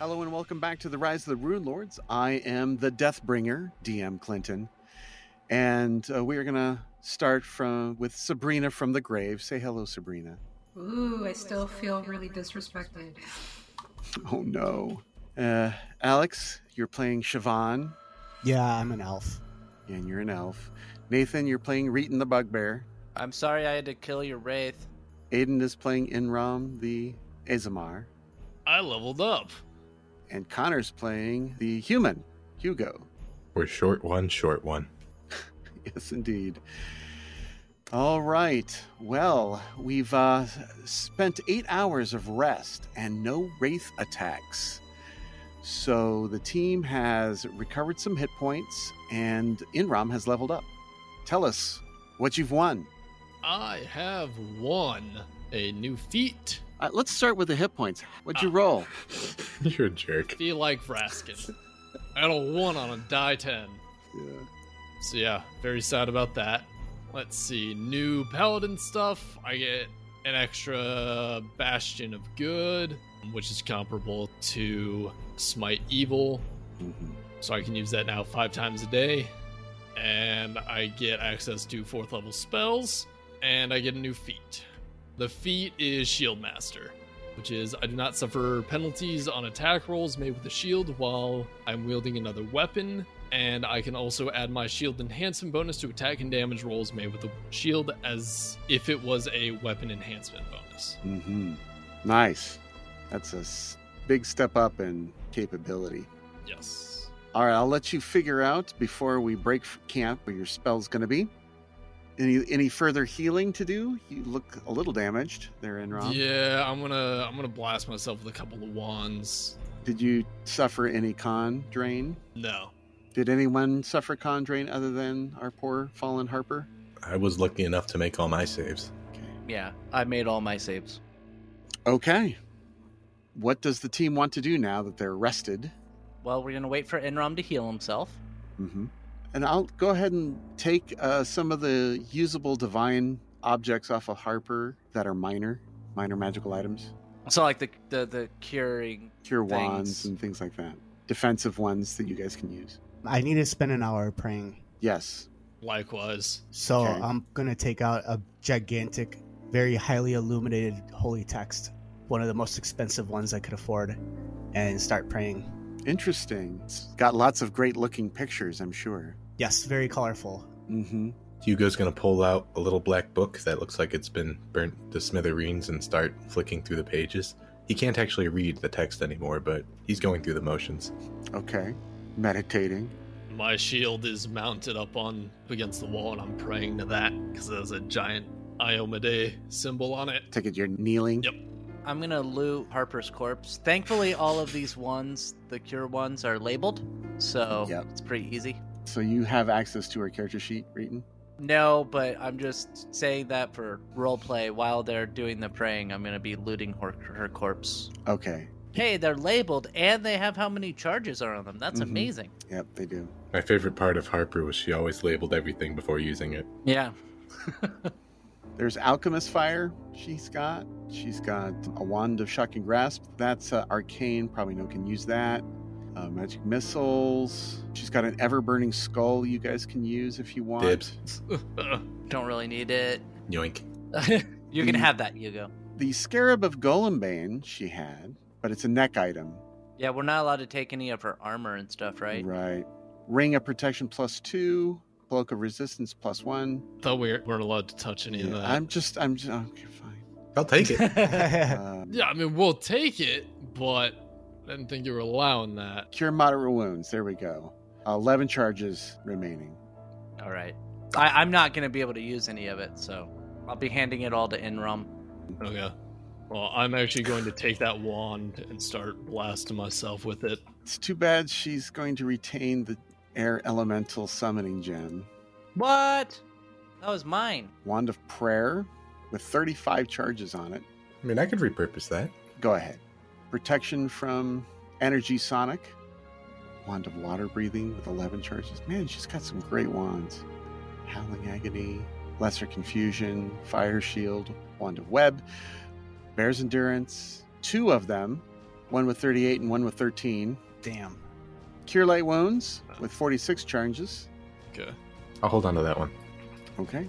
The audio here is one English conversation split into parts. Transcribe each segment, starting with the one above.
Hello and welcome back to the Rise of the Rune Lords. I am the Deathbringer, DM Clinton, and uh, we are going to start from with Sabrina from the grave. Say hello, Sabrina. Ooh, I still feel really disrespected. Oh no, uh, Alex, you're playing Siobhan, Yeah, I'm an elf. and you're an elf. Nathan, you're playing Reeton the Bugbear. I'm sorry I had to kill your wraith. Aiden is playing Inram the Azamar, I leveled up. and Connor's playing the human Hugo. We're short one, short one. Yes, indeed. All right. Well, we've uh, spent eight hours of rest and no wraith attacks. So the team has recovered some hit points and Inram has leveled up. Tell us what you've won. I have won a new feat. Uh, let's start with the hit points. What'd you Ah. roll? You're a jerk. Feel like Raskin. I had a one on a die ten. So yeah, very sad about that. Let's see, new paladin stuff. I get an extra bastion of good, which is comparable to smite evil. Mhm. So I can use that now five times a day. And I get access to fourth level spells. And I get a new feat. The feat is Shield Master, which is I do not suffer penalties on attack rolls made with the shield while I'm wielding another weapon. And I can also add my shield enhancement bonus to attack and damage rolls made with the shield as if it was a weapon enhancement bonus. Mhm. Nice. That's a s- big step up in capability. Yes. All right, I'll let you figure out before we break f- camp where your spell's going to be. Any any further healing to do? You look a little damaged there, Enron. Yeah, I'm gonna I'm gonna blast myself with a couple of wands. Did you suffer any con drain? No. Did anyone suffer con drain other than our poor fallen Harper? I was lucky enough to make all my saves. Yeah, I made all my saves. Okay. What does the team want to do now that they're rested? Well, we're gonna wait for Enrom to heal himself. Mm-hmm. And I'll go ahead and take uh, some of the usable divine objects off of Harper that are minor, minor magical items. So like the the, the curing. cure wands things. and things like that. Defensive ones that you guys can use. I need to spend an hour praying. Yes. Likewise. So Okay. I'm going to take out a gigantic, very highly illuminated holy text, one of the most expensive ones I could afford, and start praying. Interesting. It's got lots of great looking pictures, I'm sure. Yes, very colorful. Mm-hmm. Hugo's gonna pull out a little black book that looks like it's been burnt to smithereens and start flicking through the pages. He can't actually read the text anymore, but he's going through the motions. Okay. Meditating. My shield is mounted up on against the wall, and I'm praying to that because there's a giant Iomade symbol on it. Take it you're kneeling. Yep. I'm gonna loot Harper's corpse. Thankfully, all of these ones, the cure ones, are labeled, so Yep. it's pretty easy. So you have access to her character sheet, Reeton? No, but I'm just saying that for roleplay. While they're doing the praying, I'm gonna be looting her, her corpse. Okay. Hey, they're labeled and they have how many charges are on them. That's Mhm. amazing. Yep, they do. My favorite part of Harper was she always labeled everything before using it. Yeah. There's Alchemist Fire she's got. She's got a Wand of Shocking Grasp. That's uh, arcane. Probably no one can use that. Uh, magic Missiles. She's got an Ever Burning Skull you guys can use if you want. Dibs. Don't really need it. Yoink. you can have that, Hugo. The Scarab of Golembane she had, but it's a neck item. Yeah, we're not allowed to take any of her armor and stuff, right? Right. Ring of Protection plus two, Cloak of Resistance plus one. Thought we weren't allowed to touch any of Yeah, that. I'm just, I'm just, okay, fine. I'll take it. Um, Yeah, I mean we'll take it, but I didn't think you were allowing that. Cure moderate wounds. There we go. 11 charges remaining. all right. I, I'm not going to be able to use any of it, so I'll be handing it all to Enrom. Okay. Well, I'm actually going to take that wand and start blasting myself with it. It's too bad she's going to retain the Air Elemental Summoning Gem. What? That was mine. Wand of Prayer with 35 charges on it. I mean, I could repurpose that. Go ahead. Protection from Energy Sonic. Wand of Water Breathing with 11 charges. Man, she's got some great wands. Howling Agony, Lesser Confusion, Fire Shield, Wand of Web, Bear's Endurance. Two of them, one with 38 and one with 13. Damn. Cure Light Wounds with 46 charges. Okay. I'll hold on to that one. Okay.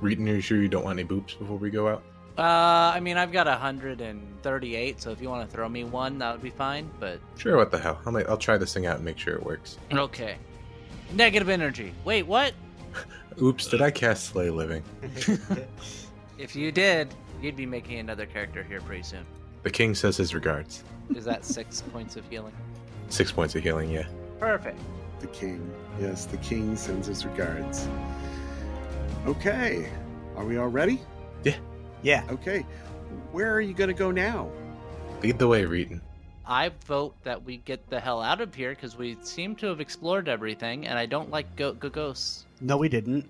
Reeton, are you sure you don't want any boops before we go out? Uh, I mean, I've got 138, so if you want to throw me one, that would be fine. But Sure, what the hell? I'll, I'll try this thing out and make sure it works. okay. Negative energy. Wait, what? Oops, did I cast Slay Living? If you did, you'd be making another character here pretty soon. The king says his regards. Is that six points of healing? Six points of healing, yeah. Perfect. The king. Yes, the king sends his regards. Okay. Are we all ready? yeah. Okay. Where are you going to go now? Lead the way, Reeton. I vote that we get the hell out of here because we seem to have explored everything, and I don't like go- go- ghosts. No, we didn't.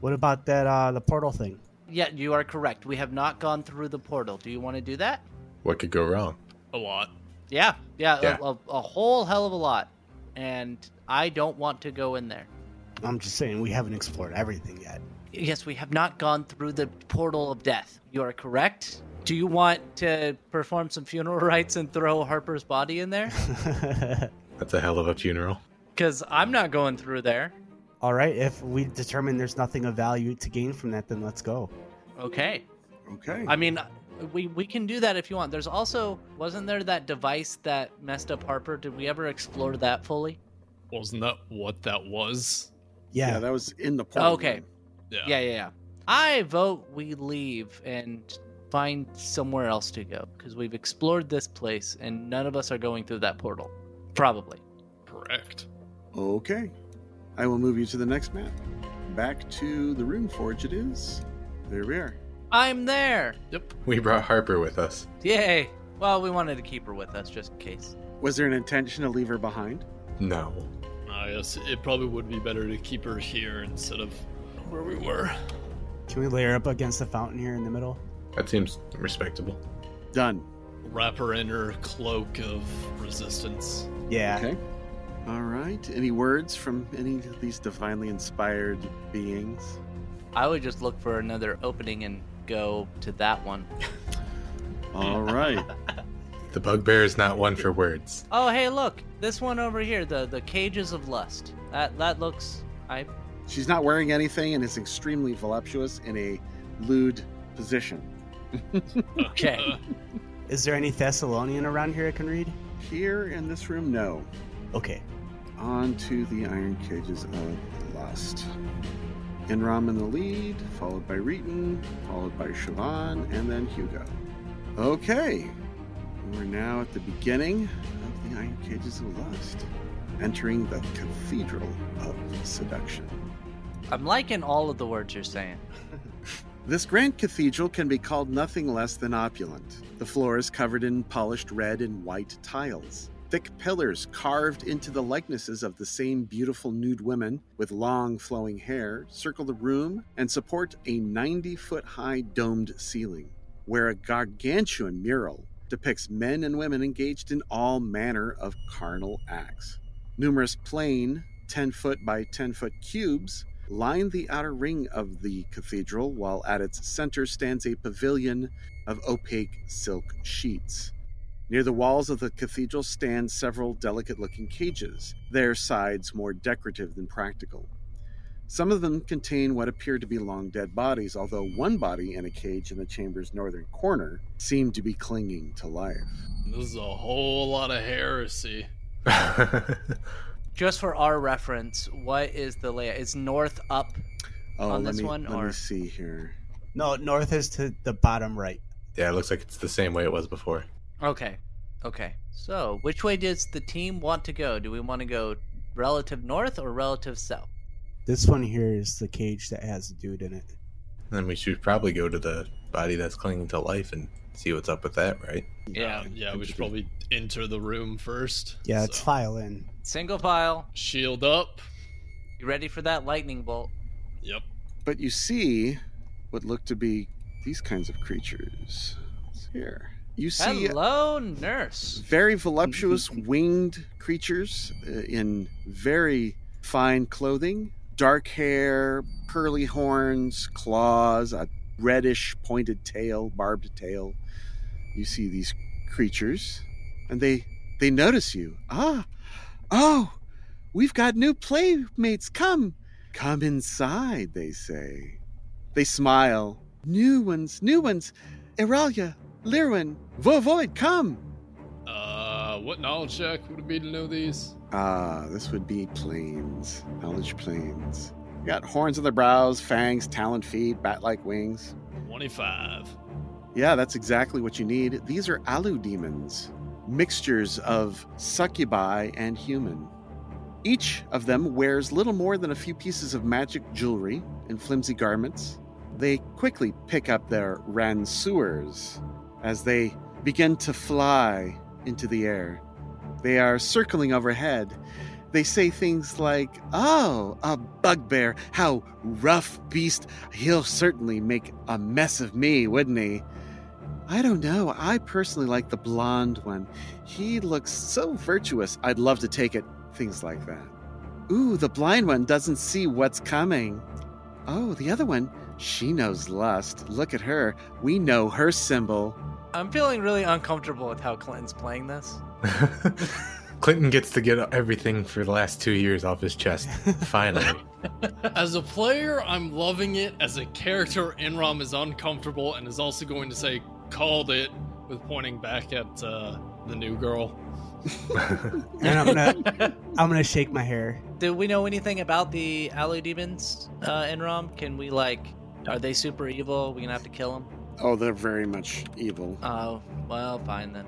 What about that uh the portal thing? Yeah, you are correct. We have not gone through the portal. Do you want to do that? What could go wrong? A lot. Yeah, yeah, Yeah. A, a, a whole hell of a lot. And I don't want to go in there. I'm just saying we haven't explored everything yet. Yes, we have not gone through the portal of death. You are correct. Do you want to perform some funeral rites and throw Harper's body in there? That's a hell of a funeral. Because I'm not going through there. All right, if we determine there's nothing of value to gain from that, then let's go. Okay. Okay. I mean, we we can do that if you want. There's also wasn't there that device that messed up Harper? Did we ever explore that fully? Wasn't that what that was? yeah. Yeah, that was in the portal. Okay. room. Yeah. Yeah, yeah, yeah. I vote we leave and find somewhere else to go because we've explored this place and none of us are going through that portal. Probably. Correct. Okay. I will move you to the next map. Back to the rune forge it is. There we are. I'm there. We brought Harper with us. Yay. Well, we wanted to keep her with us just in case. Was there an intention to leave her behind? No. I guess it probably would be better to keep her here instead of where we were. can we layer up against the fountain here in the middle? That seems respectable. Done. Wrap her in her cloak of resistance. Yeah, Okay. All right. Any words from any of these divinely inspired beings? I would just look for another opening and go to that one. All right. The bugbear is not one for words. Oh, hey, look. This one over here, the the cages of lust. That that looks I She's not wearing anything and is extremely voluptuous in a lewd position. Okay. is there any Thessalonian around here I can read? Here in this room, no. Okay, On to the Iron Cages of Lust. Enram in the lead, followed by Reeton, followed by Siobhan, and then Hugo. Okay, we're now at the beginning of the Iron Cages of Lust, entering the Cathedral of Seduction. I'm liking all of the words you're saying. This grand cathedral can be called nothing less than opulent. The floor is covered in polished red and white tiles. Thick pillars carved into the likenesses of the same beautiful nude women with long flowing hair circle the room and support a 90 foot high domed ceiling, where a gargantuan mural depicts men and women engaged in all manner of carnal acts. Numerous plain, 10 foot by 10 foot cubes line the outer ring of the cathedral, while at its center stands a pavilion of opaque silk sheets. Near the walls of the cathedral stand several delicate looking cages, their sides more decorative than practical. Some of them contain what appear to be long dead bodies, although one body in a cage in the chamber's northern corner seemed to be clinging to life. This is a whole lot of heresy. Just for our reference, what is the layout? It's north up. Oh, On let this me, one, let or- me see here. no, north is to the bottom right. yeah, it looks like it's the same way it was before. Okay. Okay. So, which way does the team want to go? Do we want to go relative north or relative south? This one here is the cage that has the dude in it. Then we should probably go to the body that's clinging to life and see what's up with that, right? Yeah. Um, yeah, we should probably enter the room first. Yeah, it's So, file in. Single file. Shield up. You ready for that lightning bolt? Yep. But you see what look to be these kinds of creatures. It's here. You see Hello, nurse. very voluptuous winged creatures uh, in very fine clothing dark hair curly horns claws a reddish pointed tail barbed tail you see these creatures and they they notice you ah oh we've got new playmates come come inside they say they smile new ones new ones Iralia, Lirwin, Vovoid, come! Uh, what knowledge check would it be to know these? Ah, this would be planes. Knowledge planes. You got horns on their brows, fangs, taloned feet, bat like wings. 25. Yeah, that's exactly what you need. These are Alu demons, mixtures of succubi and human. Each of them wears little more than a few pieces of magic jewelry and flimsy garments. They quickly pick up their ransuers as they begin to fly into the air. They are circling overhead. They say things like, Oh, a bugbear, how rough beast. He'll certainly make a mess of me, wouldn't he? I don't know. I personally like the blonde one. He looks so virtuous. I'd love to take it. Things like that. Ooh, the blind one doesn't see what's coming. Oh, the other one, she knows lust. Look at her. We know her symbol. I'm feeling really uncomfortable with how Clinton's playing this. Clinton gets to get everything for the last two years off his chest. Finally. As a player, I'm loving it. As a character, Enrom is uncomfortable and is also going to say, called it, with pointing back at uh, the new girl. And I'm gonna, I'm gonna shake my hair. Do we know anything about the Allo demons, uh, Enrom? Can we like, are they super evil? Are we gonna have to kill them? Oh, they're very much evil. Oh, well, fine then.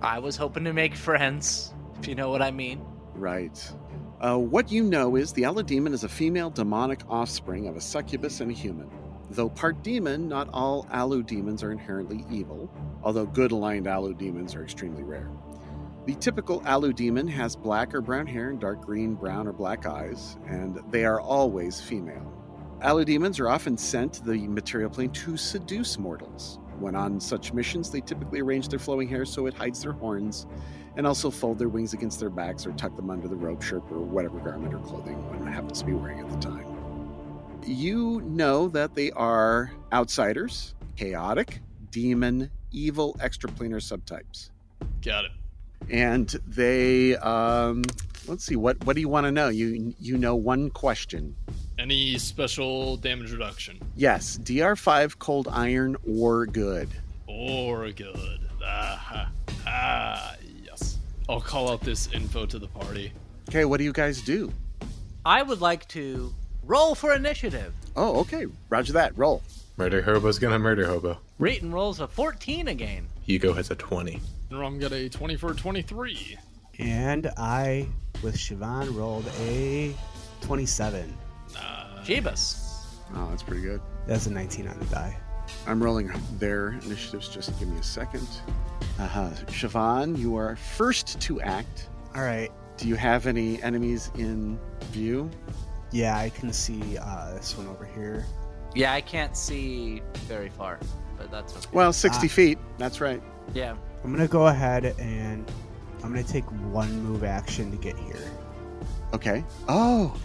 I was hoping to make friends, if you know what I mean. Right. Uh, what you know is the Alla demon is a female demonic offspring of a succubus and a human. Though part demon, not all Alu demons are inherently evil, although good aligned Alu demons are extremely rare. The typical Alu demon has black or brown hair and dark green, brown, or black eyes, and they are always female. Alu demons are often sent to the material plane to seduce mortals. When on such missions, they typically arrange their flowing hair so it hides their horns and also fold their wings against their backs or tuck them under the robe shirt or whatever garment or clothing one happens to be wearing at the time. You know that they are outsiders, chaotic, demon, evil, extraplanar subtypes. Got it. And they, um, let's see, what, what do you want to know? You, you know one question. Any special damage reduction? Yes, DR5 cold iron or good. Or good. Ah, ha, ah, yes. I'll call out this info to the party. Okay, what do you guys do? I would like to roll for initiative. Oh, okay. Roger that. Roll. murder Hobo's gonna murder Hobo. Reeton rolls a 14 again. Hugo has a 20. Enrom got a 24 23. And I, with Siobhan, rolled a 27. Jeebus. Oh, that's pretty good. That's a 19 on the die. I'm rolling their initiatives. Just give me a second. Uh-huh. Siobhan, you are first to act. All right. Do you have any enemies in view? Yeah, I can see uh, this one over here. Yeah, I can't see very far, but that's okay. Well, 60 Ah. feet. That's right. yeah. I'm gonna go ahead and I'm gonna take one move action to get here. Okay. Oh,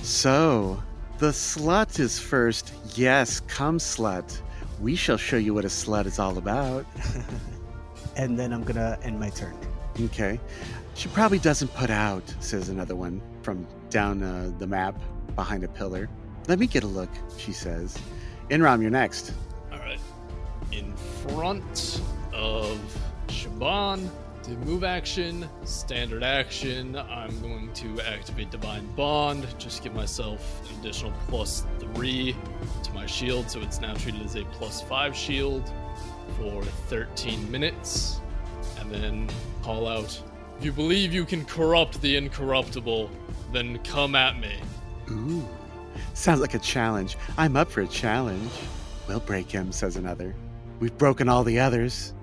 so the slut is first. Yes, come, slut. We shall show you what a slut is all about. And then I'm gonna end my turn. Okay. She probably doesn't put out, says another one from down uh, the map behind a pillar. Let me get a look, she says. Inram, you're next. All right. In front of Shaban, to move action, standard action, I'm going to activate Divine Bond, just give myself an additional plus three to my shield, so it's now treated as a plus five shield for 13 minutes, and then call out, If you believe you can corrupt the incorruptible, then come at me. Ooh. Sounds like a challenge. I'm up for a challenge. We'll break him, says another. We've broken all the others.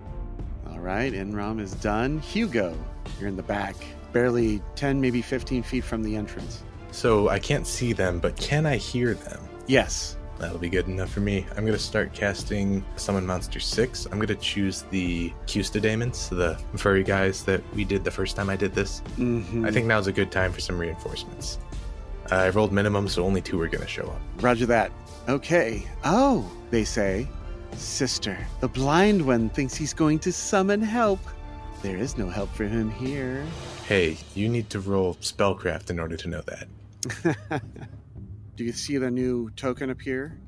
All right, Inram is done. Hugo, you're in the back, barely 10, maybe 15 feet from the entrance. So I can't see them, but can I hear them? Yes. That'll be good enough for me. I'm gonna start casting Summon Monster 6. I'm gonna choose the Custodamons, the furry guys that we did the first time I did this. Mhm. I think now's a good time for some reinforcements. I rolled minimum, so only two are gonna show up. Roger that. Okay. Oh, they say. Sister, the blind one thinks he's going to summon help. There is no help for him here. Hey, you need to roll spellcraft in order to know that. Do you see the new token appear?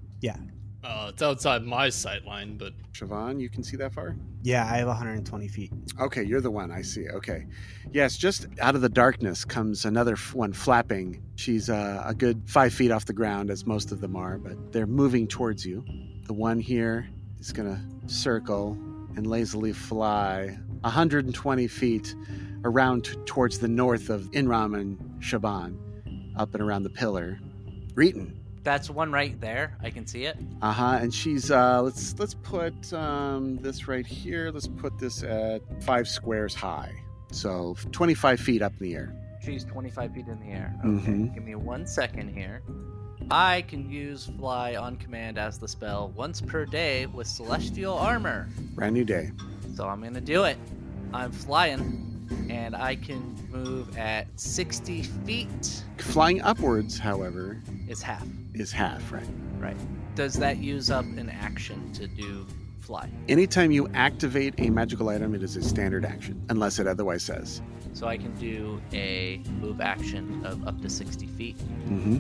Uh, it's outside my sight line, but Siobhan, you can see that far? Yeah, I have 120 feet. Okay, you're the one. I see. Okay. Yes, just out of the darkness comes another f- one flapping. She's uh, a good five feet off the ground, as most of them are, but they're moving towards you. The one here is going to circle and lazily fly 120 feet around t- towards the north of Inram and Shaban, up and around the pillar. Reeton. That's one right there. I can see it. Uh huh. And she's uh, let's let's put um, this right here. Let's put this at five squares high, so 25 feet up in the air. She's 25 feet in the air. Okay, Mhm. give me one second here. I can use fly on command as the spell once per day with celestial armor. Brand new day. So I'm gonna do it. I'm flying, and I can move at 60 feet. Flying upwards, however, Is half. is half. Right. Does that use up an action to do fly? Anytime you activate a magical item, it is a standard action, unless it otherwise says. So I can do a move action of up to 60 feet. Mm-hmm.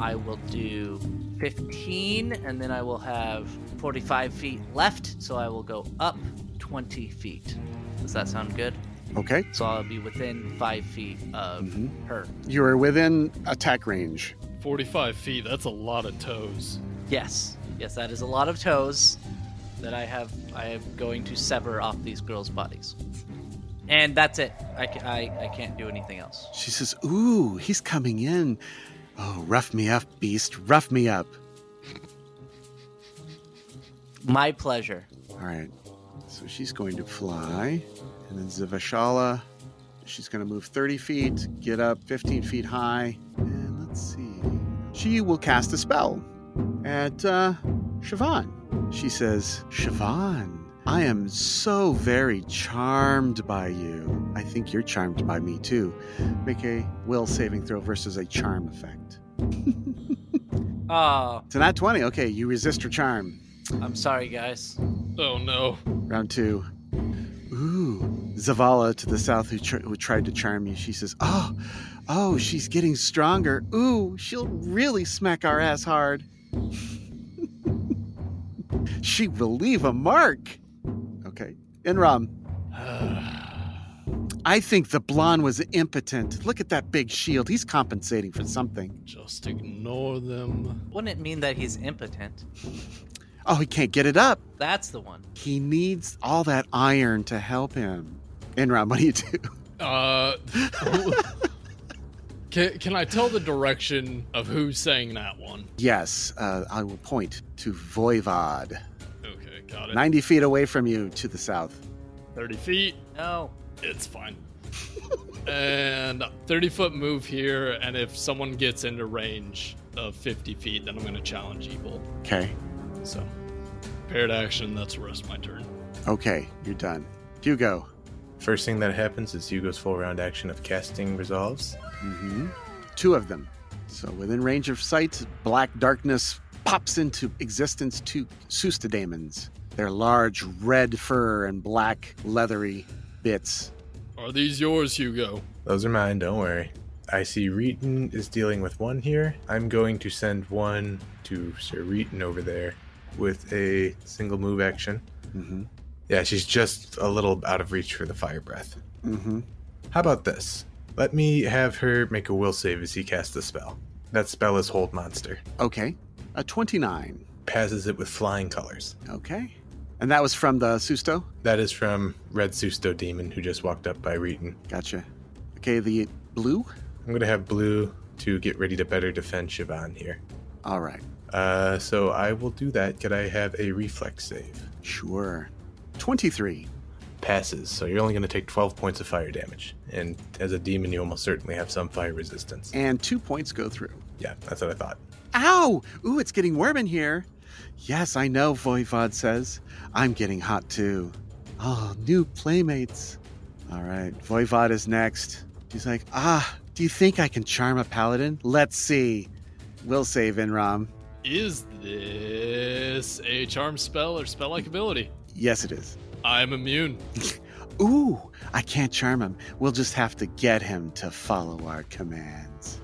I will do 15, and then I will have 45 feet left, so I will go up 20 feet. Does that sound good? Okay. So I'll be within 5 feet of Mhm. her. You are within attack range. 45 feet, that's a lot of toes. Yes, yes, that is a lot of toes that I have. I am going to sever off these girls' bodies. And that's it. I, ca- I, I can't do anything else. She says, "Ooh, he's coming in. Oh, rough me up, beast. Rough me up." My pleasure. All right. So she's going to fly. And then Zivashala, she's going to move 30 feet, get up 15 feet high. And let's see. She will cast a spell at uh, Siobhan. She says, Siobhan, I am so very charmed by you. I think you're charmed by me too. Make a will saving throw versus a charm effect. Oh, It's an at 20. Okay, you resist her charm. I'm sorry, guys. Oh no. Round two. Ooh, Zavala to the south, who, tr- who tried to charm you. She says, "Oh, oh, she's getting stronger. Ooh, she'll really smack our ass hard. she will leave a mark." Okay, Enram. I think the blonde was impotent. Look at that big shield. He's compensating for something. Just ignore them. Wouldn't it mean that he's impotent? Oh, he can't get it up. That's the one. He needs all that iron to help him. Enram, what do you do? Uh. can, can I tell the direction of who sang that one? Yes, uh, I will point to Voivod, Okay, got it. 90 feet away from you to the south. 30 feet. No. It's fine. and 30 foot move here, and if someone gets into range of 50 feet, then I'm going to challenge evil. Okay, So, paired action, that's the rest of my turn. okay, you're done. Hugo. First thing that happens is Hugo's full round action of casting resolves. hmm Two of them. So within range of sight, black darkness pops into existence to Sustadamons. Their large red fur and black leathery bits. Are these yours, Hugo? Those are mine, don't worry. I see Reeton is dealing with one here. I'm going to send one to Sir Reeton over there with a single move action. Mm-hmm. Yeah, she's just a little out of reach for the fire breath. Mm-hmm. How about this? Let me have her make a will save as he casts the spell. That spell is Hold Monster. Okay, a 29. Passes it with flying colors. Okay. And that was from the Susto? That is from Red Susto Demon, who just walked up by Reeton. Gotcha. Okay, the blue? I'm going to have Blue to get ready to better defend Siobhan here. All right. Uh, so I will do that. Could I have a reflex save? Sure. 23. Passes, so you're only going to take 12 points of fire damage. And as a demon, you almost certainly have some fire resistance. And two points go through. Yeah, that's what I thought. Ow! Ooh, it's getting warm in here. Yes, I know, Voivod says. I'm getting hot too. Oh, new playmates. All right, Voivod is next. She's like, ah, do you think I can charm a paladin? Let's see. We'll save Inram. Is this a charm spell or spell like ability? Yes, it is. I'm immune. Ooh, I can't charm him. We'll just have to get him to follow our commands.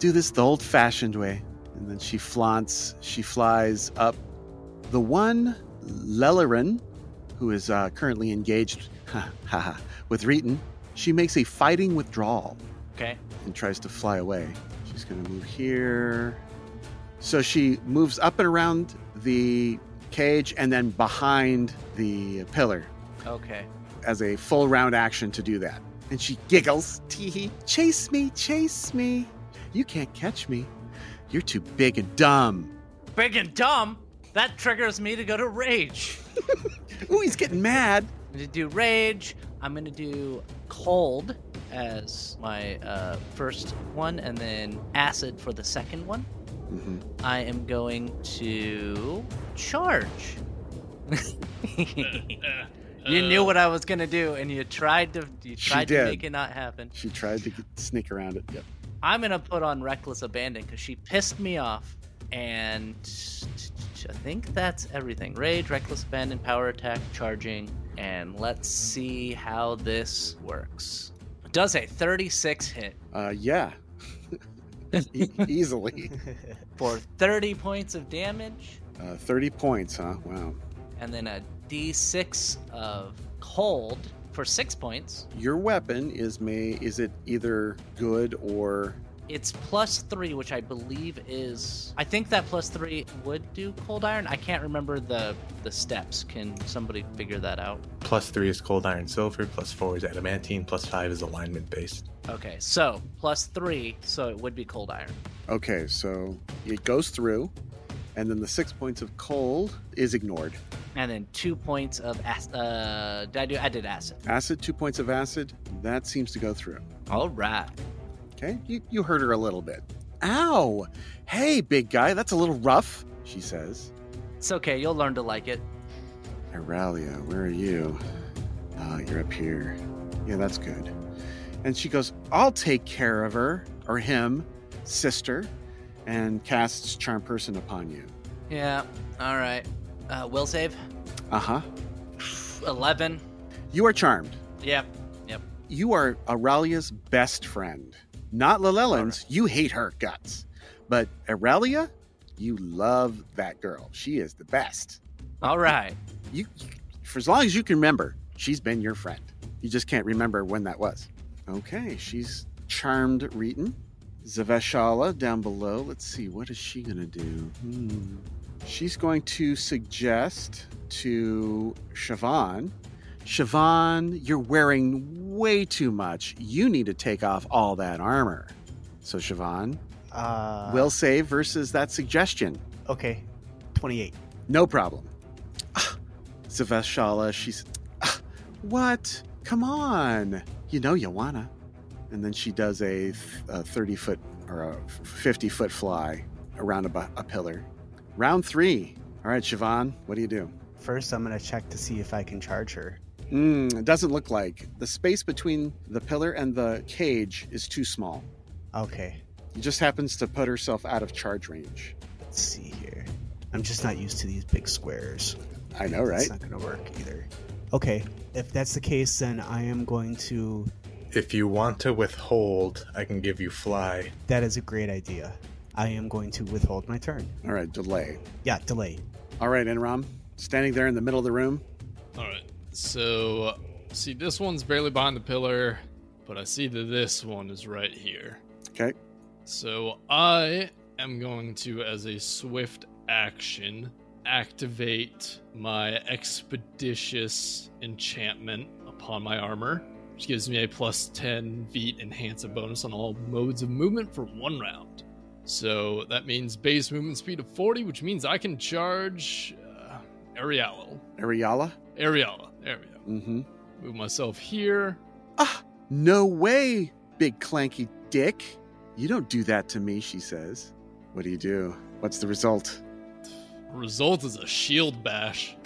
Do this the old fashioned way. And then she flaunts, she flies up. The one, Lelerin, who is uh, currently engaged ha, ha, ha, with Reeton, she makes a fighting withdrawal Okay. and tries to fly away. She's going to move here. So she moves up and around the cage and then behind the pillar Okay. as a full round action to do that. And she giggles. Teehee. Chase me, chase me. You can't catch me. You're too big and dumb. Big and dumb. That triggers me to go to rage. Ooh, he's getting mad. I'm gonna do rage. I'm gonna do cold as my uh, first one, and then acid for the second one. hmm I am going to charge. you Uh, knew what I was gonna do, and you tried to you She tried did. to make it not happen. She tried to get, sneak around it. Yep. I'm gonna put on reckless abandon because she pissed me off, and I think that's everything. Rage, reckless abandon, power attack, charging, and let's see how this works. Does a 36 hit Uh, yeah. E- easily. for 30 points of damage, Uh, 30 points, huh? Wow. and then a D6 of cold for six points. Your weapon is may is it either good or It's plus three, which I believe is. I think that plus three would do cold iron. I can't remember the the steps. Can somebody figure that out? Plus three is cold iron silver, plus four is adamantine, plus five is alignment based. Okay, so plus three, so it would be cold iron. okay, so it goes through and then the 6 points of cold is ignored. And then two points of acid. Uh, did I do? I did acid. Acid, 2 points of acid, that seems to go through. All right. Okay, you, you hurt her a little bit. Ow! Hey, big guy, that's a little rough, she says. It's okay. You'll learn to like it. Aralia, where are you? Ah, you're up here. Yeah, that's good. And she goes, I'll take care of her, or him, sister, and casts Charm Person upon you. Yeah. All right. Uh, will save. Uh huh. Eleven. You are charmed. Yep. You are Aralia's best friend. Not Lalelin's. You hate her guts. But Aralia, you love that girl. She is the best. All right. you for as long as you can remember she's been your friend you just can't remember when that was okay she's charmed Reeton. zaveshala down below let's see what is she gonna do hmm. she's going to suggest to siobhan siobhan you're wearing way too much you need to take off all that armor so siobhan Uh, will save versus that suggestion okay, twenty-eight. no problem. Ah, Zavashala, she's. "Ah, what? Come on. You know you wanna. And then she does a, th- a 30 foot or a 50 foot fly around a, bu- a pillar. Round three. All right, Siobhan, what do you do? First, I'm gonna check to see if I can charge her. Mm, it doesn't look like. The space between the pillar and the cage is too small. Okay, It just happens to put herself out of charge range. let's see here. I'm just not used to these big squares. I know, right? It's not gonna work either. Okay, if that's the case, then I am going to. If you want to withhold, I can give you fly. That is a great idea. I am going to withhold my turn. All right, delay. Yeah, delay. All right, Enram, standing there in the middle of the room. Uh, All right. So, see, this one's barely behind the pillar, but I see that this one is right here. Okay. So, I am going to, as a swift action, activate my expeditious enchantment upon my armor, which gives me a plus 10 feet enhancement bonus on all modes of movement for one round. So, that means base movement speed of 40, which means I can charge uh, Ariel. Ariala? Ariella. There we go. Mm hmm. Move myself here. Ah, no way, big clanky dick. You don't do that to me, she says. What do you do? What's the result? Result is a shield bash.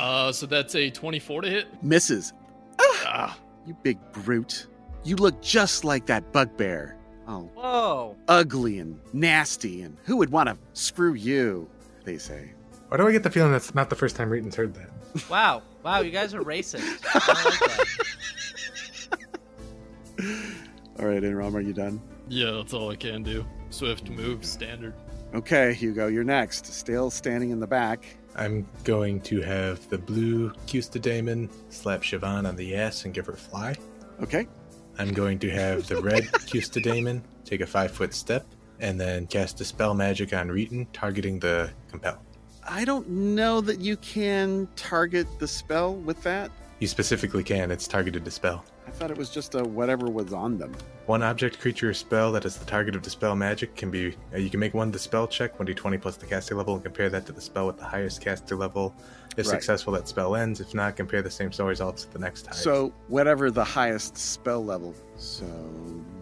uh, so that's a 24 to hit. Misses. Ah, You big brute. You look just like that bugbear. Oh, Whoa. ugly and nasty, and who would want to screw you? They say. Why do I get the feeling that's not the first time Rayton's heard that? Wow. Wow, you guys are racist. I don't like that. All right, Inram, are you done? yeah, that's all I can do. Swift move, standard. Okay, Hugo, you're next. Still standing in the back. I'm going to have the blue Custa Damon slap Siobhan on the ass and give her fly. Okay. I'm going to have the red Custa Damon take a five foot step and then cast a spell magic on Reeton, targeting the compel. I don't know that you can target the spell with that. You specifically can, it's targeted to spell. I thought it was just a whatever was on them. One object, creature, or spell that is the target of dispel magic can be. Uh, you can make one dispel check, 1d20 plus the caster level, and compare that to the spell with the highest caster level. If Right. successful, that spell ends. If not, compare the same spell results to the next highest. So, whatever the highest spell level. So,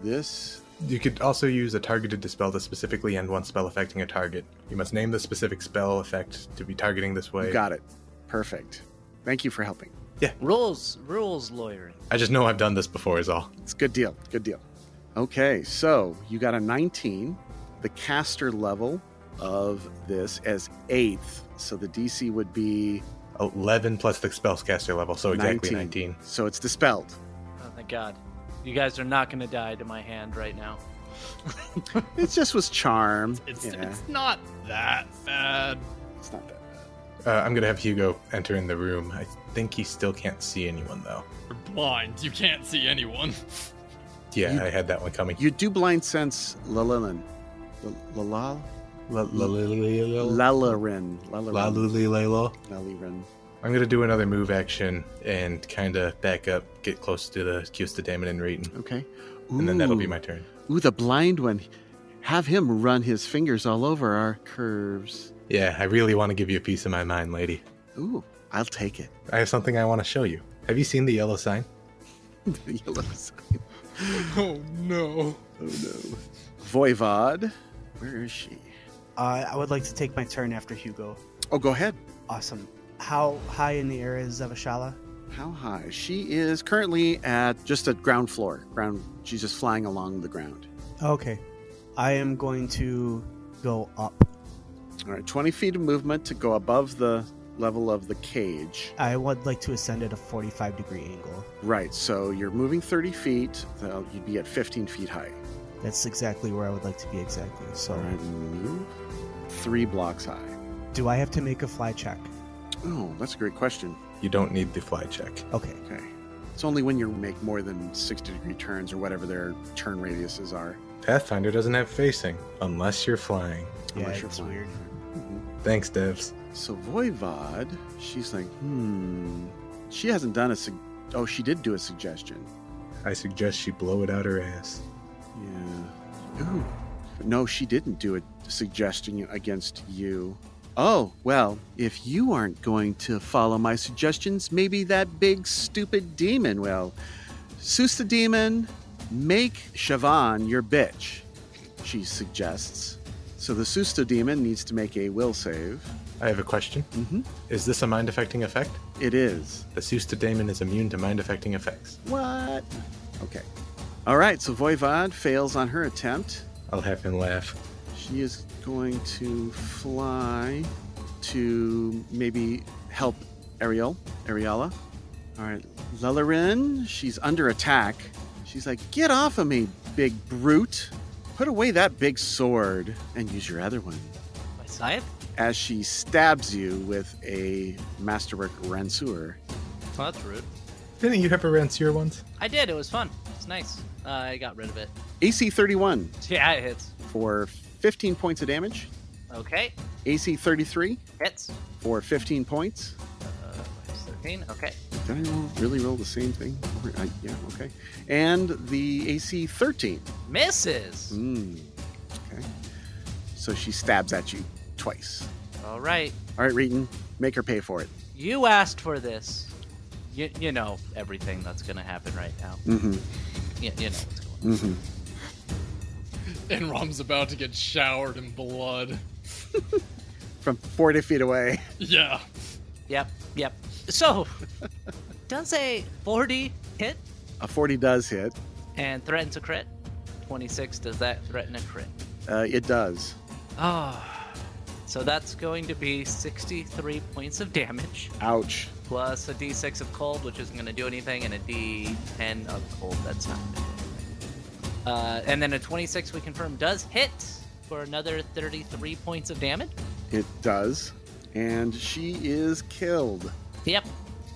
this. You could also use a targeted dispel to specifically end one spell affecting a target. You must name the specific spell effect to be targeting this way. You got it. Perfect. Thank you for helping. Rules, rules lawyering. I just know I've done this before, is all. It's a good deal. Good deal. Okay, so you got a 19. The caster level of this as eighth. So the DC would be 11 plus the spell's caster level, so Oh, exactly 19. 19. so it's dispelled. Oh, thank God. You guys are not going to die to my hand right now. It just was charm. It's yeah, it's not that bad. it's not that bad. Uh, I'm going to have Hugo enter in the room. I think he still can't see anyone, though. You're blind. You can't see anyone. Yeah, You- I had that one coming. You do blind sense Lalilin. Lalal? La- la- la- la- la- Lalarin. la- Lalarin. lu- li- la- la. Lalarin. I'm going to do another move action and kind of back up, get close to the Custa Damon and Rayton, Okay. and then that'll be Ooh. my turn. Ooh, the blind one. Have him run his fingers all over our curves. Yeah, I really want to give you a piece of my mind, lady. Ooh, I'll take it. I have something I want to show you. Have you seen the yellow sign? The yellow sign. Oh no. Oh no. Voivod. Where is she? Uh, I would like to take my turn after Hugo. Oh, go ahead. Awesome. How high in the air is Zavashala? How high? She is currently at just at ground floor. Ground. She's just flying along the ground. Okay. I am going to go up. All right, 20 feet of movement to go above the level of the cage. I would like to ascend at a 45 degree angle. Right, so you're moving 30 feet, so you'd be at 15 feet high. That's exactly where I would like to be exactly. So, All right, move. Three blocks high. do I have to make a fly check? Oh, that's a great question. You don't need the fly check. Okay. Okay. It's only when you make more than 60 degree turns or whatever their turn radiuses are. Pathfinder doesn't have facing unless you're flying. Yeah, Unless you're it's flying. weird. Mhm. Thanks, devs. So Voivod, she's like, hmm. She hasn't done a. Sug- oh, she did do a suggestion. I suggest she blow it out her ass. Yeah. Ooh. No, she didn't do a suggestion against you. Oh, well, if you aren't going to follow my suggestions, maybe that big stupid demon will. Seuss the demon, make Siobhan your bitch, she suggests. So the Susta demon needs to make a will save. I have a question. Mm-hmm. Is this a mind affecting effect? It is. The Susta Daemon is immune to mind affecting effects. What? Okay. All right, so Voivod fails on her attempt. I'll have him laugh. She is going to fly to maybe help Ariel, Ariella. All right, Lelarin, she's under attack. She's like, "Get off of me, big brute! Put away that big sword and use your other one." My scythe? As she stabs you with a masterwork ranseur. Well, that's rude. Didn't you have a Rancier once? I did. It was fun. It's nice. Uh, I got rid of it. AC 31 Yeah, it hits. for 15 points of damage. Okay. AC 33 Hits. for 15 points. Uh, minus 13. Okay. Did I roll, really roll the same thing? Over- I, yeah, okay. And the AC 13. Misses. Mm, okay. So she stabs at you twice. All right. All right, Reeton, make her pay for it. You asked for this. You, you know everything that's going to happen right now. Mm-hmm. You, you know what's going on. Mm-hmm. And Rom's about to get showered in blood. from 40 feet away. Yeah. Yep, yep. So, does a 40 hit A 40 does hit. and threatens a crit? 26, does that threaten a crit? Uh, it does. Oh, so that's going to be 63 points of damage, Ouch. plus a d6 of cold, which isn't going to do anything, and a d10 of cold, that's not going to do anything. Uh, and then a 26 we confirm does hit for another 33 points of damage. It does. And she is killed, Yep,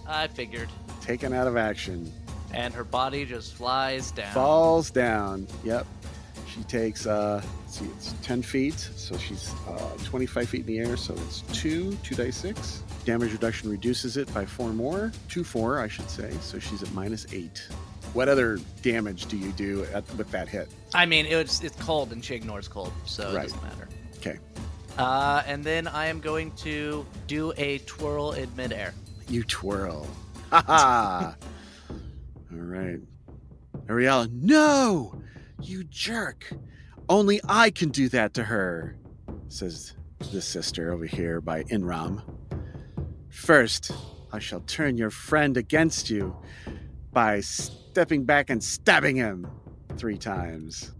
I figured. taken out of action, And her body just flies down. falls down. Yep. She takes, uh, let's see, it's 10 feet, so she's uh, 25 feet in the air, so it's 2, 2 dice 6. Damage reduction reduces it by 4 more, 2 4, I should say, so she's at minus 8. What other damage do you do at, with that hit? I mean, it was, it's cold, and she ignores cold, so it Right. doesn't matter. Okay. Uh, and then I am going to do a twirl in midair. You twirl. Ha ha! All right. Ariel, no! You jerk! Only I can do that to her, says the sister over here by Inram. First, I shall turn your friend against you by stepping back and stabbing him three times.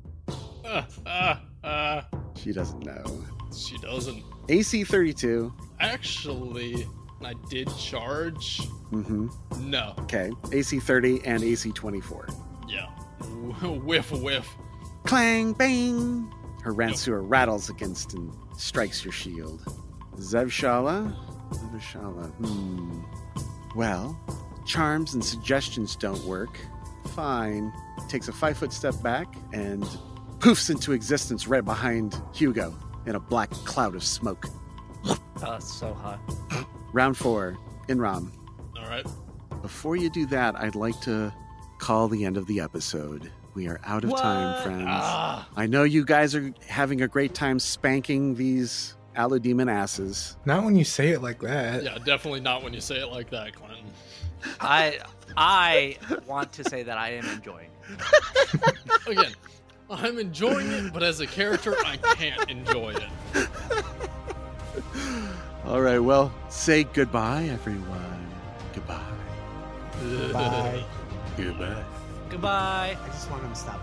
Ah, ah, ah. She doesn't know. She doesn't. AC 32. Actually, I did charge. hmm No. Okay. AC 30 and AC 24. Yeah. Whiff, whiff. Clang, bang! Her Ransua rattles against and strikes your shield. Zevshala? Zevshala, hmm. Well, charms and suggestions don't work. Fine. Takes a five foot step back and poofs into existence right behind Hugo in a black cloud of smoke. Oh, it's so hot. Round four, Inram. All right. Before you do that, I'd like to call the end of the episode. We are out of time, What? friends. Ah. I know you guys are having a great time spanking these allodemon asses. Not when you say it like that. Yeah, definitely not when you say it like that, Clinton. I I want to say that I am enjoying. it. Again, I'm enjoying it, but as a character, I can't enjoy it. All right, well, say goodbye, everyone. Goodbye. Bye. Goodbye. Goodbye. I just want him to stop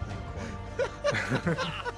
playing coy.